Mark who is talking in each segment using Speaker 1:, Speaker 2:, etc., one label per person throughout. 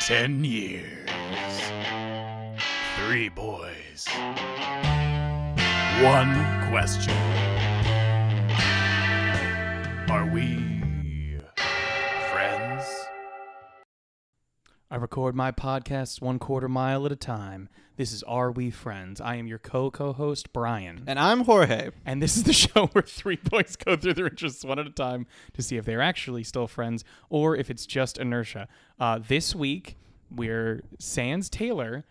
Speaker 1: 10 years. Three boys. One question. Are we friends?
Speaker 2: I record my podcasts one quarter mile at a time. This is Are We Friends? I am your co co host, Brian.
Speaker 3: And I'm Jorge.
Speaker 2: And this is the show where three boys go through their interests one at a time to see if they're actually still friends or if it's just inertia. Uh, this week, we're Sans Taylor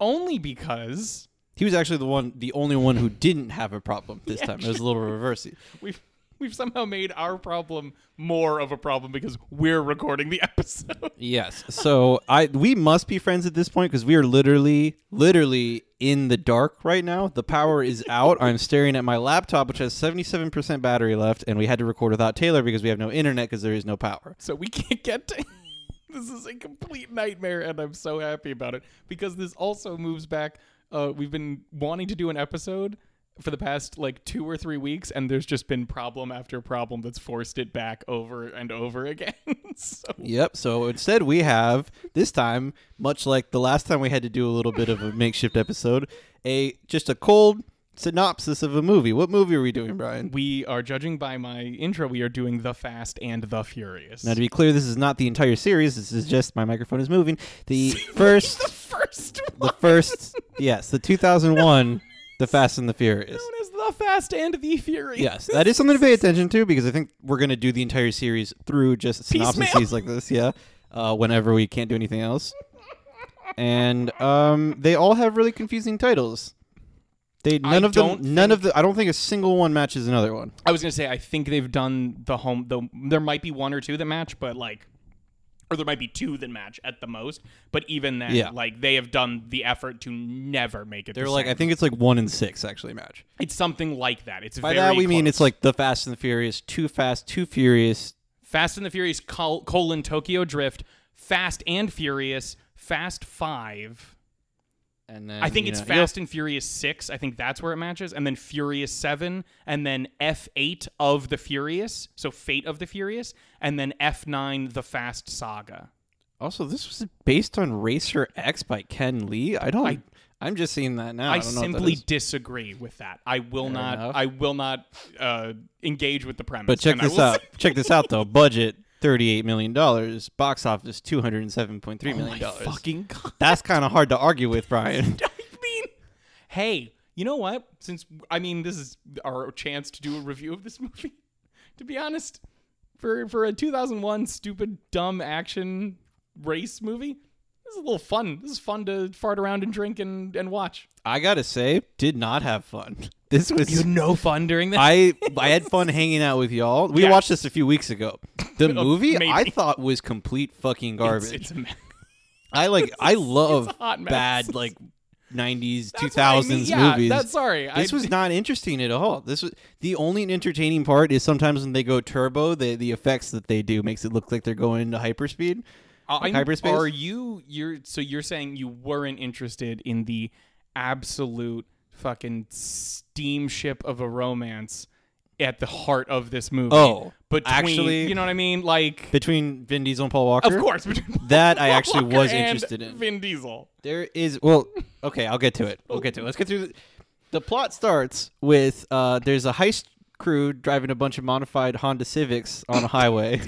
Speaker 2: only because
Speaker 3: He was actually the one, the only one who didn't have a problem this time. It was a little reversey.
Speaker 2: we've. We've somehow made our problem more of a problem because we're recording the episode.
Speaker 3: Yes. So I, we must be friends at this point because we are literally, literally in the dark right now. The power is out. I'm staring at my laptop, which has 77% battery left, and we had to record without Taylor because we have no internet because there is no power.
Speaker 2: so we can't get to this is a complete nightmare and i'm so happy about it because this also moves back uh, we've been wanting to do an episode for the past like two or three weeks and there's just been problem after problem that's forced it back over and over again so
Speaker 3: Yep. So instead, we have this time, much like the last time we had to do a little bit of a makeshift episode, a just a cold synopsis of a movie. What movie are we doing, Brian?
Speaker 2: we are judging by my intro we are doing the fast and the furious
Speaker 3: Now, to be clear, this is not the entire series. This is just my microphone is moving. The first,
Speaker 2: first
Speaker 3: the
Speaker 2: one
Speaker 3: first, yes, the 2001, The Fast and the Furious.
Speaker 2: known as the fast and the furious
Speaker 3: Yes, that is something to pay attention to because I think we're going to do the entire series through just
Speaker 2: Piecemeal.
Speaker 3: synopses like this. Yeah, uh, whenever we can't do anything else, and um, they all have really confusing titles. They none of
Speaker 2: don't
Speaker 3: them, none of the. I don't think a single one matches another one.
Speaker 2: I was gonna say I think they've done the home. The there might be one or two that match, but like, or there might be two that match at the most. But even then,
Speaker 3: Yeah.
Speaker 2: like they have done the effort to never make it.
Speaker 3: They're
Speaker 2: the
Speaker 3: like,
Speaker 2: same.
Speaker 3: I think it's like one in six actually match.
Speaker 2: it's something like that. It's
Speaker 3: By
Speaker 2: very
Speaker 3: that we mean
Speaker 2: close.
Speaker 3: it's like the Fast and the Furious, Too Fast, Too Furious,
Speaker 2: Fast and the Furious col- colon Tokyo Drift, Fast and Furious, Fast Five.
Speaker 3: and then
Speaker 2: I think
Speaker 3: you
Speaker 2: it's
Speaker 3: know, you'll-
Speaker 2: Fast and Furious Six. I think that's where it matches, and then Furious Seven, and then F Eight of the Furious, so Fate of the Furious, and then F Nine, the Fast Saga.
Speaker 3: Also, this was based on Racer X by Ken Lee. I don't. I, am just seeing that now.
Speaker 2: I,
Speaker 3: I, don't know what that
Speaker 2: simply
Speaker 3: is.
Speaker 2: disagree with that. I will not.
Speaker 3: enough.
Speaker 2: I will not uh, engage with the premise.
Speaker 3: But check
Speaker 2: and I
Speaker 3: this
Speaker 2: will
Speaker 3: out.
Speaker 2: say-
Speaker 3: check this out though. Budget thirty-eight million dollars. Box office two hundred and seven point three
Speaker 2: Oh
Speaker 3: million
Speaker 2: my
Speaker 3: dollars.
Speaker 2: fucking god!
Speaker 3: That's kind of hard to argue with, Brian.
Speaker 2: I mean, hey, you know what? Since I mean, this is our chance to do a review of this movie. to be honest, for for a 2001 stupid dumb action race movie, this is a little fun. This is fun to fart around and drink and and watch.
Speaker 3: I gotta say, did not have fun. This was.
Speaker 2: no fun during that.
Speaker 3: I I had fun hanging out with y'all. We
Speaker 2: Yeah.
Speaker 3: watched this a few weeks ago. The movie I
Speaker 2: maybe.
Speaker 3: thought was complete fucking garbage.
Speaker 2: It's, it's a mess.
Speaker 3: I like I love
Speaker 2: hot mess.
Speaker 3: bad like nineties, two
Speaker 2: That's what I mean.
Speaker 3: thousands
Speaker 2: yeah,
Speaker 3: movies.
Speaker 2: That's sorry.
Speaker 3: This
Speaker 2: I,
Speaker 3: was not interesting at all. This was the only entertaining part is sometimes when they go turbo, the the effects that they do makes it look like they're going into hyperspeed.
Speaker 2: I'm-
Speaker 3: hyperspace?
Speaker 2: Are you you're so you're saying you weren't interested in the absolute fucking steamship of a romance at the heart of this movie?
Speaker 3: Oh,
Speaker 2: between
Speaker 3: actually-
Speaker 2: you know what I mean? Like,
Speaker 3: Between Vin Diesel and Paul Walker,
Speaker 2: of course, between
Speaker 3: that I
Speaker 2: Paul
Speaker 3: actually
Speaker 2: Walker
Speaker 3: was
Speaker 2: and
Speaker 3: interested in.
Speaker 2: Vin Diesel.
Speaker 3: There is well, okay, I'll get to it. We'll get to it. Let's get through. The, the plot starts with uh, there's a heist crew driving a bunch of modified Honda Civics on a highway.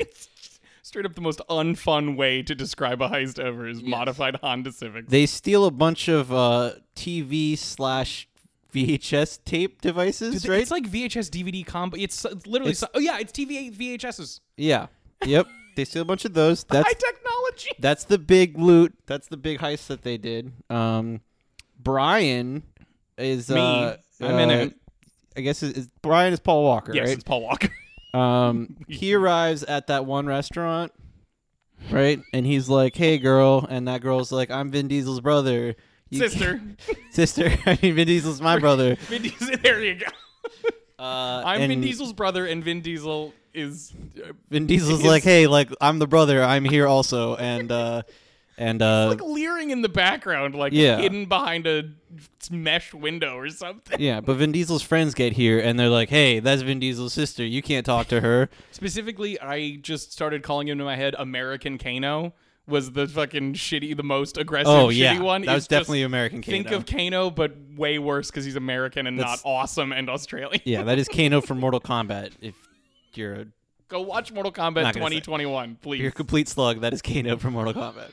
Speaker 2: Straight up, the most unfun way to describe a heist ever is modified Honda Civics.
Speaker 3: they steal a bunch of uh, TV slash VHS tape devices, right?
Speaker 2: It's like VHS DVD combo. It's it's literally so- oh yeah, it's TV VHSs.
Speaker 3: Yeah. Yep. they steal a bunch of those. That's
Speaker 2: High technology.
Speaker 3: that's the big loot. That's the big heist that they did. Um, Brian is
Speaker 2: Me.
Speaker 3: uh,
Speaker 2: I'm in
Speaker 3: uh,
Speaker 2: it.
Speaker 3: I guess is, is Brian is Paul Walker,
Speaker 2: Yes, it's
Speaker 3: right?
Speaker 2: Paul Walker.
Speaker 3: Um, he arrives at that one restaurant, right? And he's like, "Hey, girl," and that girl's like, "I'm Vin Diesel's brother." You
Speaker 2: Sister.
Speaker 3: can't- sister. I mean, Vin Diesel's my brother.
Speaker 2: Vin Diesel, there you go.
Speaker 3: Uh,
Speaker 2: I'm Vin
Speaker 3: and
Speaker 2: Diesel's brother, and Vin Diesel is. Uh,
Speaker 3: Vin Diesel's like, "Hey, like I'm the brother. I'm here also." And uh, and uh,
Speaker 2: like leering in the background, like
Speaker 3: Yeah.
Speaker 2: hidden behind a mesh window or something.
Speaker 3: Yeah, but Vin Diesel's friends get here and they're like, "Hey, that's Vin Diesel's sister. You can't talk to her."
Speaker 2: Specifically, I just started calling him in my head American Kano, was the fucking shitty, the most aggressive
Speaker 3: Oh
Speaker 2: shitty
Speaker 3: yeah,
Speaker 2: one.
Speaker 3: that
Speaker 2: It's
Speaker 3: was
Speaker 2: just
Speaker 3: definitely American Kano.
Speaker 2: Think of Kano, but way worse because he's American and
Speaker 3: That's-
Speaker 2: not awesome and Australian.
Speaker 3: yeah, that is Kano from Mortal Kombat. If you're a
Speaker 2: Go watch Mortal Kombat
Speaker 3: Not gonna say.
Speaker 2: 2021, please.
Speaker 3: you're a complete slug, that is Kano from Mortal Kombat.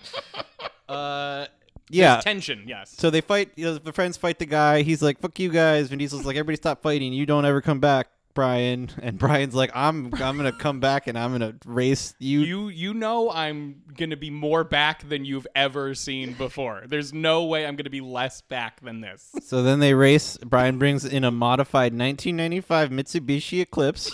Speaker 3: uh, yeah.
Speaker 2: Tension, yes.
Speaker 3: So they fight. You know, the friends fight the guy. He's like, "Fuck you guys." Vin Diesel's like, "Everybody stop fighting. You don't ever come back, Brian." And Brian's like, "I'm I'm gonna come back and I'm gonna race you."
Speaker 2: you you know I'm gonna be more back than you've ever seen before. There's no way I'm gonna be less back than this.
Speaker 3: So then they race. Brian brings in a modified 1995 Mitsubishi Eclipse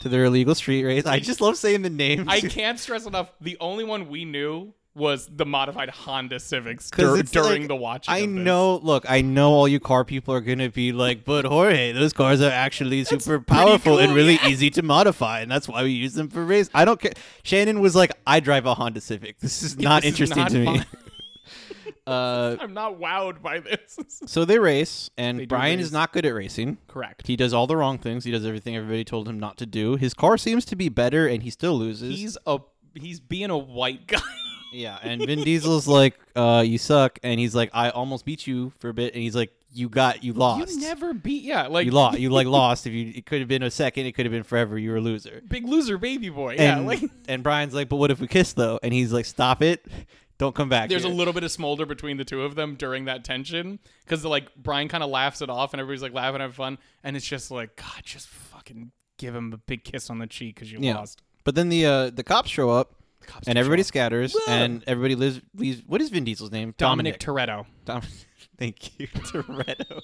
Speaker 3: to their illegal street race. I just love saying the names.
Speaker 2: I can't stress enough. The only one we knew was the modified Honda Civics
Speaker 3: 'Cause
Speaker 2: dur-
Speaker 3: it's
Speaker 2: during
Speaker 3: like,
Speaker 2: the watch.
Speaker 3: I know. Look, I know all you car people are gonna be like, but Jorge, those cars are actually super powerful
Speaker 2: cool,
Speaker 3: and really easy to modify, and that's why we use them for race. I don't care. Shannon was like, I drive a Honda Civic. This is not
Speaker 2: this is
Speaker 3: interesting
Speaker 2: not
Speaker 3: to me.
Speaker 2: fun.
Speaker 3: uh,
Speaker 2: I'm not wowed by this.
Speaker 3: so they race, and
Speaker 2: They do
Speaker 3: Brian
Speaker 2: race.
Speaker 3: is not good at racing.
Speaker 2: Correct.
Speaker 3: He does all the wrong things. He does everything everybody told him not to do. His car seems to be better, and he still loses.
Speaker 2: He's a he's being a white guy.
Speaker 3: Yeah, and Vin Diesel's like, uh, "You suck," and he's like, "I almost beat you for a bit," and he's like, "You got, you lost.
Speaker 2: You never beat. Yeah, like
Speaker 3: you lost. You like lost. If you, it could have been a second. It could have been forever. You were a loser."
Speaker 2: big loser baby boy. Yeah,
Speaker 3: and,
Speaker 2: like
Speaker 3: and Brian's like, "But what if we kiss though?" And he's like, "Stop it! Don't come back."
Speaker 2: there's a
Speaker 3: here."
Speaker 2: little bit of smolder between the two of them during that tension because like Brian kind of laughs it off and everybody's like laughing, having fun, and it's just like God, just fucking give him a big kiss on the cheek because you
Speaker 3: Yeah.
Speaker 2: lost.
Speaker 3: But then the uh, the cops show up,
Speaker 2: Cops
Speaker 3: and
Speaker 2: do
Speaker 3: everybody
Speaker 2: show
Speaker 3: scatters, and everybody lives. Leaves, what is Vin Diesel's name?
Speaker 2: Dominic Toretto.
Speaker 3: Dominic. Thank you, Toretto.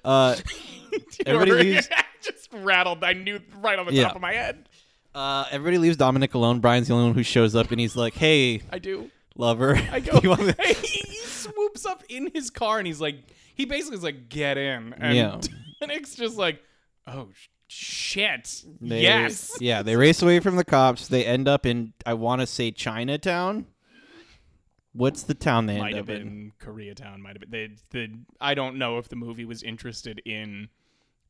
Speaker 3: Uh, Everybody leaves-
Speaker 2: just rattled. I knew right on the
Speaker 3: Yeah.
Speaker 2: top of my head.
Speaker 3: uh, everybody leaves Dominic alone. Brian's the only one who shows up, and he's like, "Hey,
Speaker 2: I do.
Speaker 3: lover,
Speaker 2: I go.
Speaker 3: you wanna-
Speaker 2: he, he swoops up in his car and he's like, he basically is like, get in. And
Speaker 3: Yeah.
Speaker 2: Nick's just like, oh sh- shit,
Speaker 3: They-
Speaker 2: yes.
Speaker 3: Yeah, they race away from the cops. They end up in I want to say Chinatown. What's the town they
Speaker 2: Might
Speaker 3: end
Speaker 2: have
Speaker 3: up in?
Speaker 2: been Koreatown. Might have been. They, the I don't know if the movie was interested in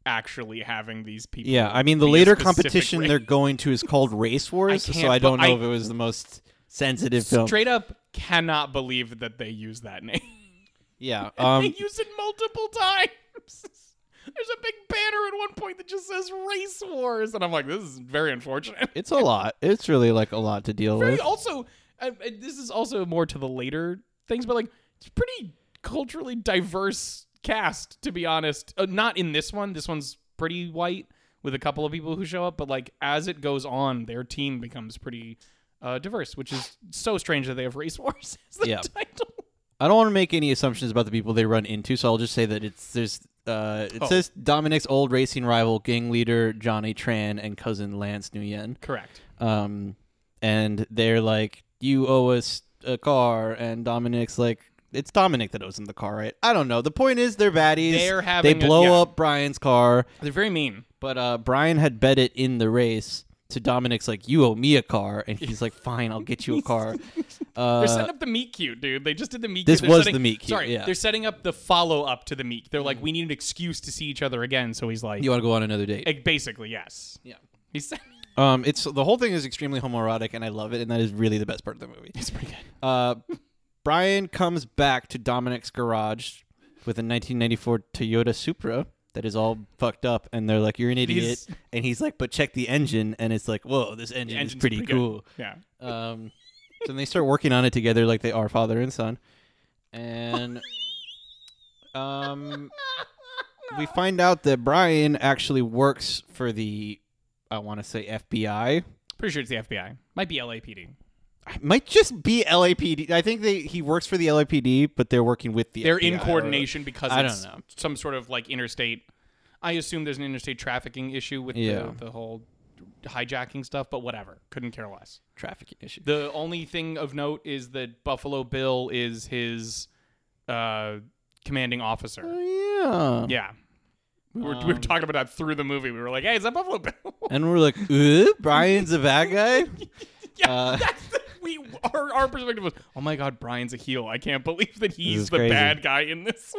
Speaker 2: actually having these people.
Speaker 3: Yeah, I mean the
Speaker 2: be a
Speaker 3: later
Speaker 2: specific
Speaker 3: competition
Speaker 2: race.
Speaker 3: they're going to is called Race Wars,
Speaker 2: can't
Speaker 3: so I
Speaker 2: bu-
Speaker 3: don't know
Speaker 2: I-
Speaker 3: if it was the most sensitive film.
Speaker 2: straight up cannot believe that they use that name.
Speaker 3: yeah,
Speaker 2: they
Speaker 3: um,
Speaker 2: use it multiple times. There's a big banner at one point that just says "Race Wars," and I'm like, "This is very unfortunate."
Speaker 3: it's a lot. It's really like a lot to deal
Speaker 2: Very
Speaker 3: with.
Speaker 2: also, I, I- this is also more to the later things, but like it's pretty culturally diverse cast, to be honest. Uh, not in this one. This one's pretty white with a couple of people who show up, but like as it goes on, their team becomes pretty uh, diverse, which is so strange that they have race wars as the
Speaker 3: Yeah.
Speaker 2: title.
Speaker 3: I don't want to make any assumptions about the people they run into, so I'll just say that it's there's. Uh, it
Speaker 2: Oh.
Speaker 3: says Dominic's old racing rival, gang leader Johnny Tran, and cousin Lance Nguyen.
Speaker 2: Correct.
Speaker 3: um, and they're like, "You owe us a car," and Dominic's like, "It's Dominic that owes him the car, right?" I don't know. The point is, they're baddies.
Speaker 2: They're
Speaker 3: they
Speaker 2: having a-
Speaker 3: blow
Speaker 2: yeah.
Speaker 3: up Brian's car,
Speaker 2: They're very mean.
Speaker 3: but uh, Brian had bet it in the race. So Dominic's like, "You owe me a car," and he's like, "Fine, I'll get you a car."
Speaker 2: They're
Speaker 3: Uh,
Speaker 2: setting up the meet cute, dude. They just did the meet.
Speaker 3: This
Speaker 2: cute. They're
Speaker 3: was
Speaker 2: setting-
Speaker 3: the meet cute,
Speaker 2: Sorry,
Speaker 3: yeah. Mm.
Speaker 2: they're setting up the follow up to the meet. They're like, we need an excuse to see each other again. So he's like,
Speaker 3: you want to go on another date?
Speaker 2: like, basically, yes.
Speaker 3: Yeah.
Speaker 2: He said
Speaker 3: Um, it's the whole thing is extremely homoerotic, and I love it, and that is really the best part of the movie.
Speaker 2: it's pretty good.
Speaker 3: Uh, Brian comes back to Dominic's garage with a 1994 Toyota Supra that is all fucked up, and they're like, "You're an idiot,"
Speaker 2: He's-
Speaker 3: and he's like, "But check the engine," and it's like, "Whoa, this engine is
Speaker 2: Engine's
Speaker 3: pretty,
Speaker 2: good.
Speaker 3: cool."
Speaker 2: Yeah.
Speaker 3: Um, so then they start working on it together, like they are father and son, and um, we find out that Brian actually works for the, I want to say FBI.
Speaker 2: Pretty sure it's the FBI. Might be LAPD.
Speaker 3: It might just be LAPD. I think they he works for the LAPD, but they're working with the.
Speaker 2: They're
Speaker 3: FBI
Speaker 2: in
Speaker 3: or-
Speaker 2: coordination because
Speaker 3: I
Speaker 2: it's
Speaker 3: don't know.
Speaker 2: some sort of like interstate. I assume there's an interstate trafficking issue with
Speaker 3: Yeah.
Speaker 2: the, the whole hijacking stuff, but whatever. Couldn't care less.
Speaker 3: trafficking issue.
Speaker 2: The only thing of note is that Buffalo Bill is his uh, commanding
Speaker 3: Uh,
Speaker 2: officer.
Speaker 3: Oh, yeah.
Speaker 2: Yeah. We were,
Speaker 3: um,
Speaker 2: we were talking about that through the movie. We were like, hey, is that Buffalo Bill?
Speaker 3: And we're like, "Uh, Brian's a bad guy.
Speaker 2: yeah.
Speaker 3: Uh,
Speaker 2: that's the, we, our, our perspective was, oh my God, Brian's a heel. I can't believe that he's
Speaker 3: is
Speaker 2: the
Speaker 3: crazy.
Speaker 2: bad guy in this.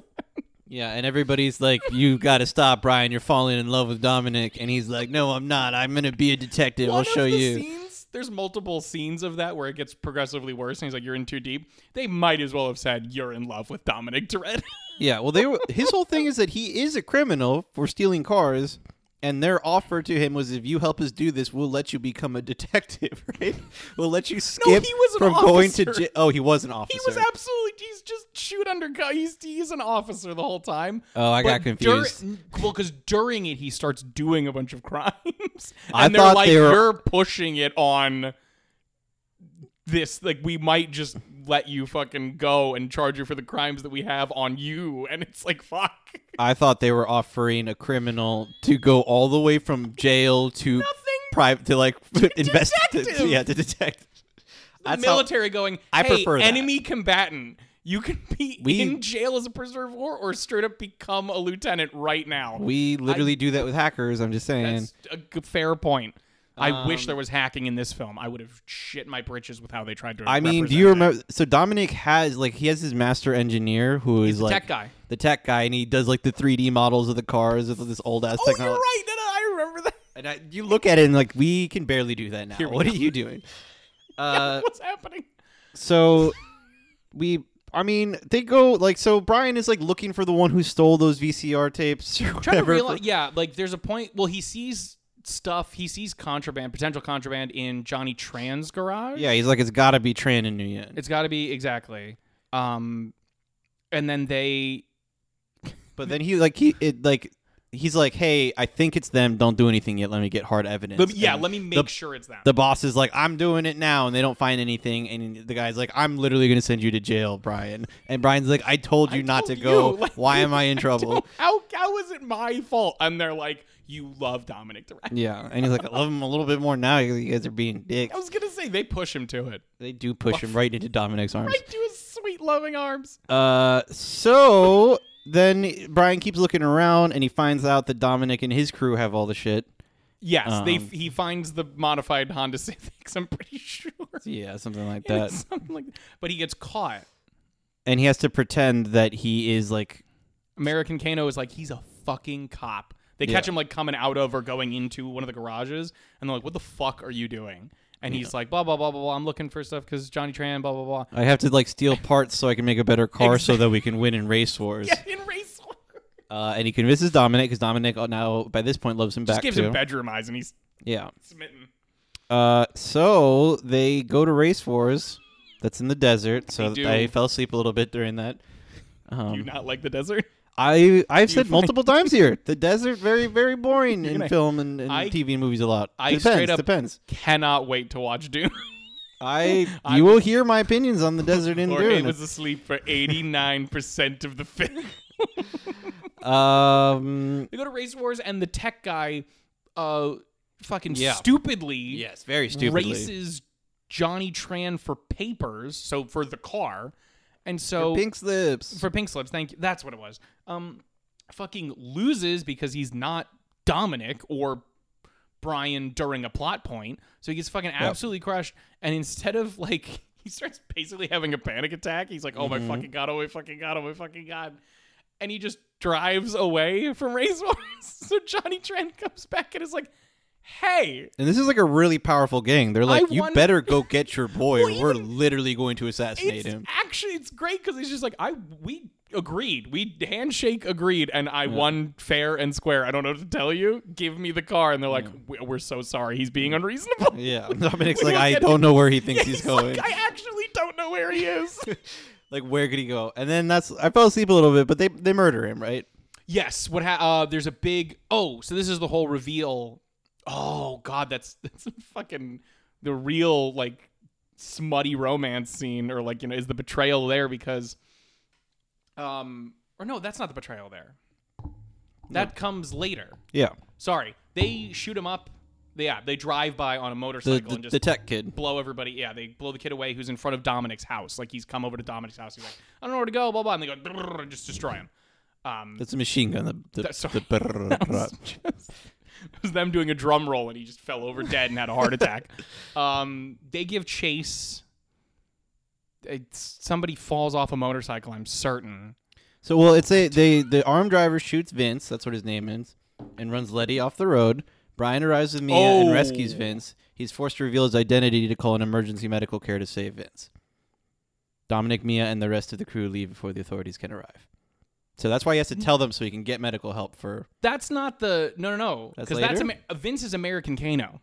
Speaker 3: yeah. And everybody's like, you got to stop, Brian. You're falling in love with Dominic. And he's like, no, I'm not. I'm going to be a detective. I'll
Speaker 2: One
Speaker 3: show
Speaker 2: of the
Speaker 3: you.
Speaker 2: Scenes There's multiple scenes of that where it gets progressively worse, and he's like, "You're in too deep." They might as well have said, "You're in love with Dominic Toretto."
Speaker 3: Yeah, well, they were, his whole thing is that he is a criminal for stealing cars, and their offer to him was, "If you help us do this, we'll let you become a detective. Right? We'll let you skip
Speaker 2: he was an
Speaker 3: from going to
Speaker 2: officer.
Speaker 3: jail." Oh, he was an officer.
Speaker 2: he was absolutely. He's just shoot undercover. He's he's an officer the whole time.
Speaker 3: Oh, I got
Speaker 2: But
Speaker 3: confused.
Speaker 2: Dur- well, because during it, he starts doing a bunch of crimes, and
Speaker 3: I
Speaker 2: they're
Speaker 3: thought
Speaker 2: like,
Speaker 3: they were-
Speaker 2: "You're pushing it on." This like we might just let you fucking go and charge you for the crimes that we have on you, and it's like fuck.
Speaker 3: I thought they were offering a criminal to go all the way from jail to private to like invest.
Speaker 2: detective.
Speaker 3: yeah, to detect.
Speaker 2: the military going, hey,
Speaker 3: I prefer that."
Speaker 2: enemy combatant. You can be
Speaker 3: We-
Speaker 2: in jail as a prisoner of war or straight up become a lieutenant right now.
Speaker 3: we literally do that with hackers. I'm just saying.
Speaker 2: That's a g- fair point.
Speaker 3: Um,
Speaker 2: I wish there was hacking in this film. I would have shit my britches with how they tried to.
Speaker 3: I mean, do
Speaker 2: represent
Speaker 3: you
Speaker 2: it.
Speaker 3: remember? So Dominic has like he has his master engineer who is
Speaker 2: the
Speaker 3: like
Speaker 2: tech guy.
Speaker 3: the tech guy, and he does like the 3D models of the cars with this old ass
Speaker 2: Oh, you're
Speaker 3: technology.
Speaker 2: right. No, no, I remember that.
Speaker 3: And I, you look at it and like we can barely do that now.
Speaker 2: Here we
Speaker 3: What
Speaker 2: go.
Speaker 3: are you doing? Uh,
Speaker 2: What's happening?
Speaker 3: so we. I mean, they go like so. Brian is like looking for the one who stole those VCR tapes. Or
Speaker 2: Trying
Speaker 3: whatever
Speaker 2: to realize, yeah, like there's a point. Well, he sees stuff. He sees contraband, potential contraband in Johnny Tran's garage.
Speaker 3: yeah, he's like, it's got to be Tran and Nguyen.
Speaker 2: it's got to be exactly. Um, and then they
Speaker 3: But then he like he it like he's like, hey, I think it's them. Don't do anything yet. Let me get hard evidence.
Speaker 2: Let me- yeah,
Speaker 3: And
Speaker 2: let me
Speaker 3: the-
Speaker 2: make sure it's that.
Speaker 3: the boss is like, I'm doing it now, and they don't find anything. And the guy's like, I'm literally going to send you to jail, Brian. And Brian's like, I told you
Speaker 2: I
Speaker 3: not
Speaker 2: told
Speaker 3: to go.
Speaker 2: you, like-
Speaker 3: Why am I in trouble?
Speaker 2: how how is it my fault? And they're like, you love Dominic Toretto.
Speaker 3: yeah. And he's like, I love him a little bit more now. You guys are being dicks.
Speaker 2: I was gonna say they push him to it.
Speaker 3: They do push him right into Dominic's arms.
Speaker 2: Right to his sweet loving arms.
Speaker 3: Uh, so then Brian keeps looking around, and he finds out that Dominic and his crew have all the shit.
Speaker 2: Yes, they
Speaker 3: Um,
Speaker 2: he finds the modified Honda Civics. I'm pretty sure.
Speaker 3: Yeah, something like
Speaker 2: It's
Speaker 3: that.
Speaker 2: something like that. But he gets caught.
Speaker 3: And he has to pretend that he is like
Speaker 2: American Kano is like he's a fucking cop. They
Speaker 3: Yeah.
Speaker 2: catch him like coming out of or going into one of the garages, and they're like, "What the fuck are you doing?" And he's like, "Blah blah blah blah blah. I'm looking for stuff because Johnny Tran. Blah blah blah."
Speaker 3: I have to like steal parts so I can make a better car so that we can win in race wars.
Speaker 2: Yeah, in race war.
Speaker 3: Uh, and he convinces Dominic because Dominic now by this point loves him
Speaker 2: Just
Speaker 3: back
Speaker 2: gives
Speaker 3: too.
Speaker 2: him bedroom eyes, and he's
Speaker 3: yeah.
Speaker 2: smitten.
Speaker 3: Uh, so they go to race wars. That's in the desert. So
Speaker 2: They do.
Speaker 3: I fell asleep a little bit during that. Um,
Speaker 2: Do you not like the desert?
Speaker 3: I I've said
Speaker 2: find-
Speaker 3: multiple times here the desert very very boring in
Speaker 2: gonna-
Speaker 3: film and, and
Speaker 2: I-
Speaker 3: TV and movies a lot.
Speaker 2: I
Speaker 3: depends
Speaker 2: straight up-
Speaker 3: depends.
Speaker 2: Cannot wait to watch Dune.
Speaker 3: I
Speaker 2: I-
Speaker 3: you will hear my opinions on the desert in
Speaker 2: or
Speaker 3: Dune.
Speaker 2: it was asleep for 89% of the film.
Speaker 3: um.
Speaker 2: they go to Race Wars, and the tech guy uh, fucking
Speaker 3: Yeah.
Speaker 2: stupidly
Speaker 3: Yes, very stupidly.
Speaker 2: races Johnny Tran for papers, so for the car. And so
Speaker 3: Pink slips.
Speaker 2: for pink slips thank you that's what it was um fucking loses because he's not dominic or brian during a plot point so he gets fucking absolutely crushed and instead of like he starts basically having a panic attack he's like oh my fucking god oh my fucking god oh my fucking god and he just drives away from race wars so johnny tran comes back and is like hey
Speaker 3: And this is like a really powerful gang. They're like, you
Speaker 2: wonder-
Speaker 3: better go get your boy, or
Speaker 2: Well,
Speaker 3: we're
Speaker 2: even-
Speaker 3: literally going to
Speaker 2: it's
Speaker 3: assassinate him.
Speaker 2: actually it's great because he's just like I we agreed we handshake agreed and I won fair and square I don't know what to tell you give me the car and they're like "We- we're so sorry he's being unreasonable
Speaker 3: Yeah, Dominic's
Speaker 2: We
Speaker 3: like,
Speaker 2: will
Speaker 3: I
Speaker 2: get
Speaker 3: don't know where he thinks he's,
Speaker 2: He's
Speaker 3: going.
Speaker 2: like, I actually don't know where he is
Speaker 3: like, where could he go? And then that's I fell asleep a little bit, but they they murder him, right?
Speaker 2: yes what ha- uh, there's a big oh so this is the whole reveal oh god that's that's fucking the real like smutty romance scene or like you know is the betrayal there because um or no that's not the betrayal there that comes later
Speaker 3: Yeah,
Speaker 2: Sorry, they shoot him up. Yeah, they drive by on a
Speaker 3: the
Speaker 2: motorcycle
Speaker 3: the,
Speaker 2: and just
Speaker 3: the tech kid.
Speaker 2: blow everybody. Yeah, they blow the kid away who's in front of Dominic's house. Like he's come over to Dominic's house. He's like, I don't know where to go. Blah blah. And they go "Brrr," and just destroy him. Um,
Speaker 3: That's a machine gun. The, the,
Speaker 2: That- sorry.
Speaker 3: the brrrr- brrrr.
Speaker 2: it was them doing a drum roll and he just fell over dead and had a heart attack. Um, they give chase. It's, somebody falls off a motorcycle. I'm certain.
Speaker 3: So well, it's a they the armed driver shoots Vince. That's what his name is, and runs Letty off the road. Brian arrives with Mia
Speaker 2: Oh.
Speaker 3: and rescues Vince. He's forced to reveal his identity to call an emergency medical care to save Vince. Dominic, Mia, and the rest of the crew leave before the authorities can arrive. So that's why he has
Speaker 2: Hmm.
Speaker 3: to tell them so he can get medical help for
Speaker 2: That's not the no no no
Speaker 3: That's
Speaker 2: because that's,
Speaker 3: later?
Speaker 2: Ama- Vince is American Kano.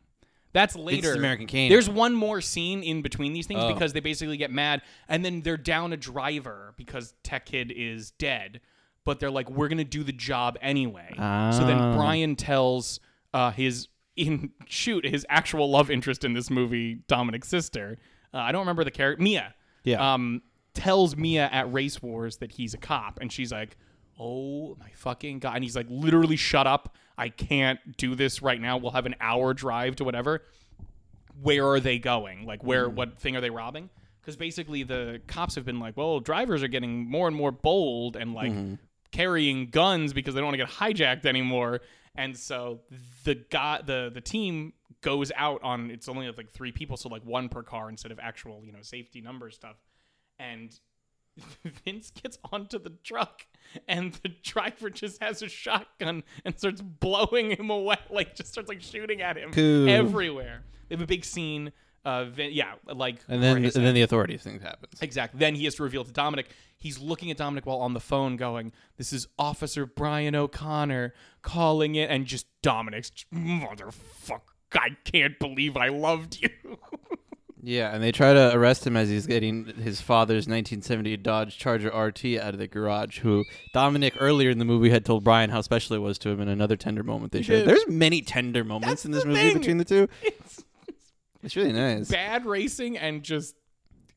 Speaker 2: That's later.
Speaker 3: American Kano.
Speaker 2: There's one more scene in between these things
Speaker 3: Oh.
Speaker 2: because they basically get mad and then they're down a driver because Tech Kid is dead. But they're like, we're gonna do the job anyway. So then
Speaker 3: Ah.
Speaker 2: Brian tells uh, his in shoot his actual love interest in this movie, Dominic's sister. Uh, I don't remember the character Mia.
Speaker 3: Yeah.
Speaker 2: Um, tells Mia at Race Wars that he's a cop, and she's like, "Oh my fucking god!" And he's like, "Literally, shut up! I can't do this right now. We'll have an hour drive to whatever." where are they going? Like, where, what thing are they robbing? Because basically, the cops have been like, well, drivers are getting more and more bold and like carrying guns because they don't want to get hijacked anymore. And so the guy, the the team goes out on it's only like three people, so like one per car instead of actual you know safety number stuff. And Vince gets onto the truck, and the driver just has a shotgun and starts blowing him away, like just starts like shooting at him
Speaker 3: Cool.
Speaker 2: everywhere. They have a big scene. Uh, Vin- yeah, like
Speaker 3: and then
Speaker 2: Jorge
Speaker 3: and
Speaker 2: said.
Speaker 3: then the authorities thing happens.
Speaker 2: exactly. Then he has to reveal to Dominic. He's looking at Dominic while on the phone, going, "This is Officer Brian O'Connor calling it," and just Dominic's motherfucker. I can't believe I loved you.
Speaker 3: Yeah, and they try to arrest him as he's getting his father's 1970 Dodge Charger RT out of the garage. Who Dominic earlier in the movie had told Brian how special it was to him in another tender moment they shared.
Speaker 2: did.
Speaker 3: There's many tender
Speaker 2: That's
Speaker 3: moments in this
Speaker 2: the
Speaker 3: movie
Speaker 2: thing.
Speaker 3: between the two.
Speaker 2: it's
Speaker 3: It's really nice.
Speaker 2: bad racing and just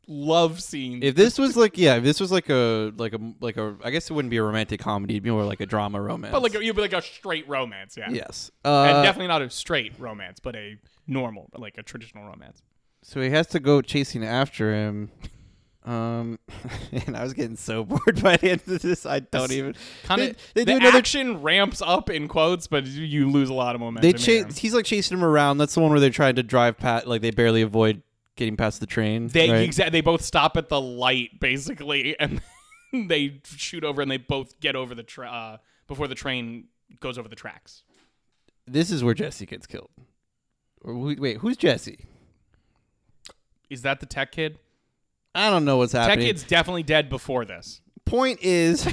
Speaker 2: love scenes.
Speaker 3: If this was like yeah, if this was like a like a like a I guess it wouldn't be a romantic comedy, it'd be more like a drama romance.
Speaker 2: but like you'd be like a straight romance, yeah.
Speaker 3: yes.
Speaker 2: And
Speaker 3: Uh,
Speaker 2: definitely not a straight romance, but a normal, like a traditional romance.
Speaker 3: so he has to go chasing after him. Um, and I was getting so bored by the end of this. I don't even.
Speaker 2: Kind
Speaker 3: they,
Speaker 2: of.
Speaker 3: they
Speaker 2: the
Speaker 3: do another
Speaker 2: action ramps up in quotes, but you- you lose a lot of momentum.
Speaker 3: They cha-
Speaker 2: here.
Speaker 3: he's like chasing him around. That's the one where they're trying to drive past, like they barely avoid getting past the train.
Speaker 2: They
Speaker 3: right?
Speaker 2: exa- they both stop at the light basically, and they shoot over, and they both get over the tra- uh, before the train goes over the tracks.
Speaker 3: this is where Jesse gets killed. Or who- wait, who's Jesse?
Speaker 2: Is that the tech kid?
Speaker 3: I don't know what's
Speaker 2: Tech
Speaker 3: happening.
Speaker 2: kid's definitely dead before this.
Speaker 3: Point is,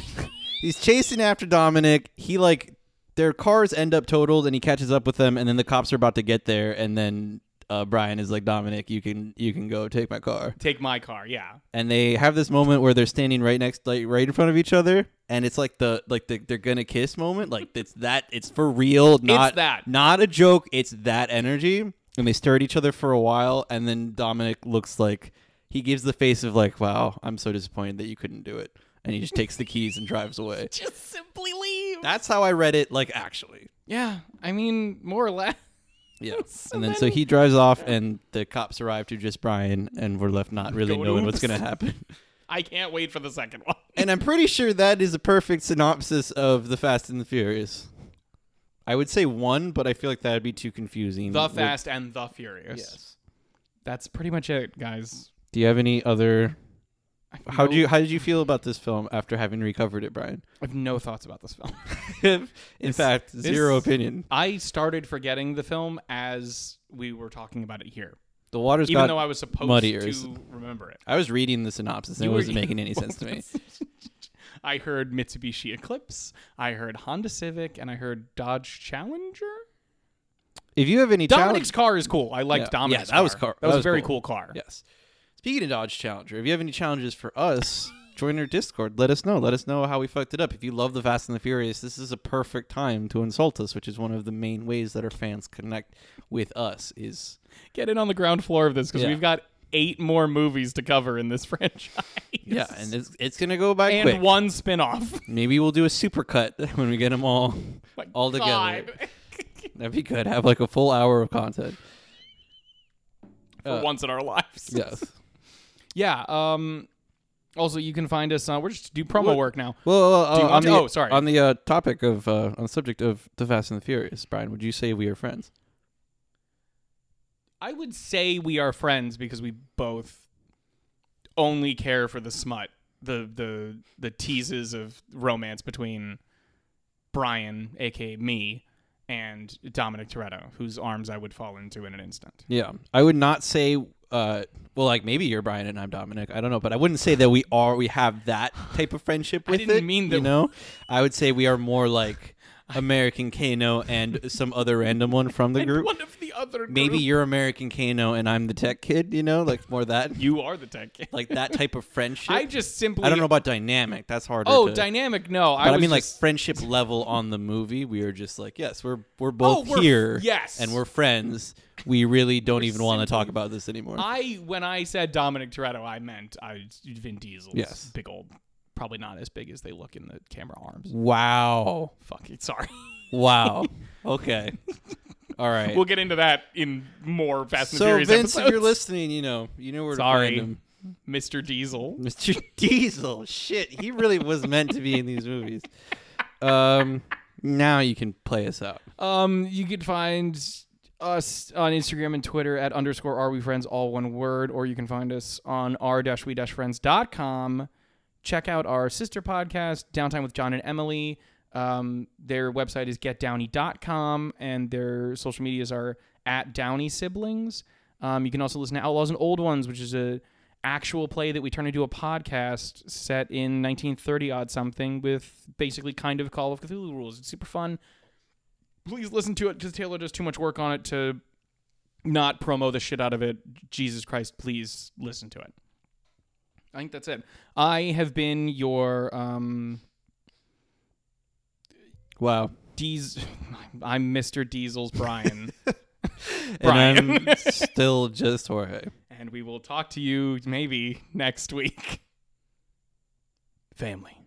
Speaker 3: he's chasing after Dominic. He like their cars end up totaled, and he catches up with them. And then the cops are about to get there, and then. Uh, Brian is like Dominic. You can you can go take my car,
Speaker 2: Take my car, yeah.
Speaker 3: and they have this moment where they're standing right next, like right in front of each other, and it's like the like the, they're gonna kiss moment. Like it's that it's for real, not
Speaker 2: that.
Speaker 3: not a joke. It's that energy. And they stare at each other for a while, and then Dominic looks like he gives the face of like, "Wow, I'm so disappointed that you couldn't do it," and he just takes the keys and drives away.
Speaker 2: Just simply leave.
Speaker 3: That's how I read it, like actually.
Speaker 2: Yeah, I mean, more or less.
Speaker 3: Yeah. and then so he drives off, and the cops arrive to just Brian, and we're left not really
Speaker 2: Go to
Speaker 3: knowing what's
Speaker 2: oops.
Speaker 3: gonna happen.
Speaker 2: I can't wait for the second one.
Speaker 3: And I'm pretty sure that is a perfect synopsis of the Fast and the Furious. I would say one, but I feel like that'd be too confusing.
Speaker 2: The
Speaker 3: With-
Speaker 2: Fast and the Furious.
Speaker 3: Yes.
Speaker 2: That's pretty much it, guys.
Speaker 3: Do you have any other?
Speaker 2: I have
Speaker 3: How
Speaker 2: no-
Speaker 3: do you how did you feel about this film after having recovered it, Brian?
Speaker 2: I have no thoughts about this film.
Speaker 3: In fact,
Speaker 2: this-
Speaker 3: zero opinion.
Speaker 2: I started forgetting the film as we were talking about it here,
Speaker 3: The water's
Speaker 2: even
Speaker 3: got.
Speaker 2: though I was supposed
Speaker 3: muddier,
Speaker 2: to
Speaker 3: isn't
Speaker 2: remember it.
Speaker 3: I was reading the synopsis and
Speaker 2: You
Speaker 3: it
Speaker 2: were-
Speaker 3: wasn't making any sense to me.
Speaker 2: I heard Mitsubishi Eclipse, I heard Honda Civic, and I heard Dodge Challenger.
Speaker 3: If you have any
Speaker 2: Dominic's
Speaker 3: challenge-
Speaker 2: car is cool. I liked
Speaker 3: Yeah.
Speaker 2: Dominic's.
Speaker 3: Yeah, that was car-
Speaker 2: That,
Speaker 3: that
Speaker 2: was,
Speaker 3: was
Speaker 2: a very
Speaker 3: cool.
Speaker 2: cool, car.
Speaker 3: yes. Speaking of Dodge Challenger, if you have any challenges for us, join our Discord. Let us know. Let us know how we fucked it up. If you love the Fast and the Furious, this is a perfect time to insult us, which is one of the main ways that our fans connect with us. Is
Speaker 2: Get in on the ground floor of this because
Speaker 3: Yeah.
Speaker 2: we've got eight more movies to cover in this franchise.
Speaker 3: yeah, and it's, it's gonna go by
Speaker 2: and
Speaker 3: quick.
Speaker 2: one spin-off.
Speaker 3: Maybe we'll do a supercut when we get them all
Speaker 2: My
Speaker 3: all together.
Speaker 2: God.
Speaker 3: That'd be good. Have like a full hour of content.
Speaker 2: For
Speaker 3: Uh,
Speaker 2: once in our lives.
Speaker 3: Yes.
Speaker 2: Yeah. Um. Also, you can find us. Uh, we're just do promo
Speaker 3: What?
Speaker 2: work now.
Speaker 3: Well, well, uh,
Speaker 2: Do you
Speaker 3: on
Speaker 2: want
Speaker 3: the,
Speaker 2: to- oh, sorry.
Speaker 3: on the uh, topic of uh, on the subject of the Fast and the Furious, Brian, would you say we are friends?
Speaker 2: I would say we are friends because we both only care for the smut, the the the teases of romance between Brian, aka me, and Dominic Toretto, whose arms I would fall into in an instant.
Speaker 3: Yeah. I would not say uh well like maybe you're Brian and I'm Dominic. I don't know, but I wouldn't say that we are we have that type of friendship with
Speaker 2: didn't
Speaker 3: it,
Speaker 2: mean that-
Speaker 3: you know. I would say we are more like American Kano and some other random one from the group.
Speaker 2: One of the other
Speaker 3: Maybe
Speaker 2: group-
Speaker 3: you're American Kano and I'm the tech kid, you know, like more that
Speaker 2: you are the tech kid.
Speaker 3: like that type of friendship.
Speaker 2: I just simply
Speaker 3: I don't know about dynamic. That's harder.
Speaker 2: Oh,
Speaker 3: to,
Speaker 2: dynamic. No, I,
Speaker 3: But I,
Speaker 2: was
Speaker 3: mean, like
Speaker 2: just-
Speaker 3: friendship level on the movie, we are just like, yes, we're we're both
Speaker 2: Oh, we're-
Speaker 3: here,
Speaker 2: yes.
Speaker 3: and we're friends. We really don't even want to talk about this anymore.
Speaker 2: I when I said Dominic Toretto, I meant I Vin Diesel's
Speaker 3: Yes.
Speaker 2: big old, probably not as big as they look in the camera
Speaker 3: Mm.
Speaker 2: arms.
Speaker 3: wow,
Speaker 2: Fuck it, sorry.
Speaker 3: wow, okay, all right.
Speaker 2: we'll get into that in more Fast and
Speaker 3: so
Speaker 2: Furious
Speaker 3: Vince, if you're
Speaker 2: episodes.
Speaker 3: listening, you know, you know where
Speaker 2: Sorry.
Speaker 3: to find him.
Speaker 2: Mr. Diesel.
Speaker 3: Mr. Diesel, shit, he really was meant to be in these movies. Um, now you can play us out.
Speaker 2: Um, you can find us on Instagram and Twitter at underscore are we friends, all one word, or you can find us on r we friends.com. Check out our sister podcast, Downtime with John and Emily. Um, their website is getdowny.com, and their social medias are at Downey Siblings. Um, you can also listen to Outlaws and Old Ones, which is a actual play that we turned into a podcast set in 1930 odd something with basically kind of Call of Cthulhu rules. It's super fun please listen to it because Taylor does too much work on it to not promo the shit out of it. Jesus Christ, please listen to it. I think that's it. I have been your um
Speaker 3: Wow,
Speaker 2: Diesel. I'm Mr. Diesel's Brian,
Speaker 3: and I'm still just Jorge.
Speaker 2: and we will talk to you maybe next week. Family.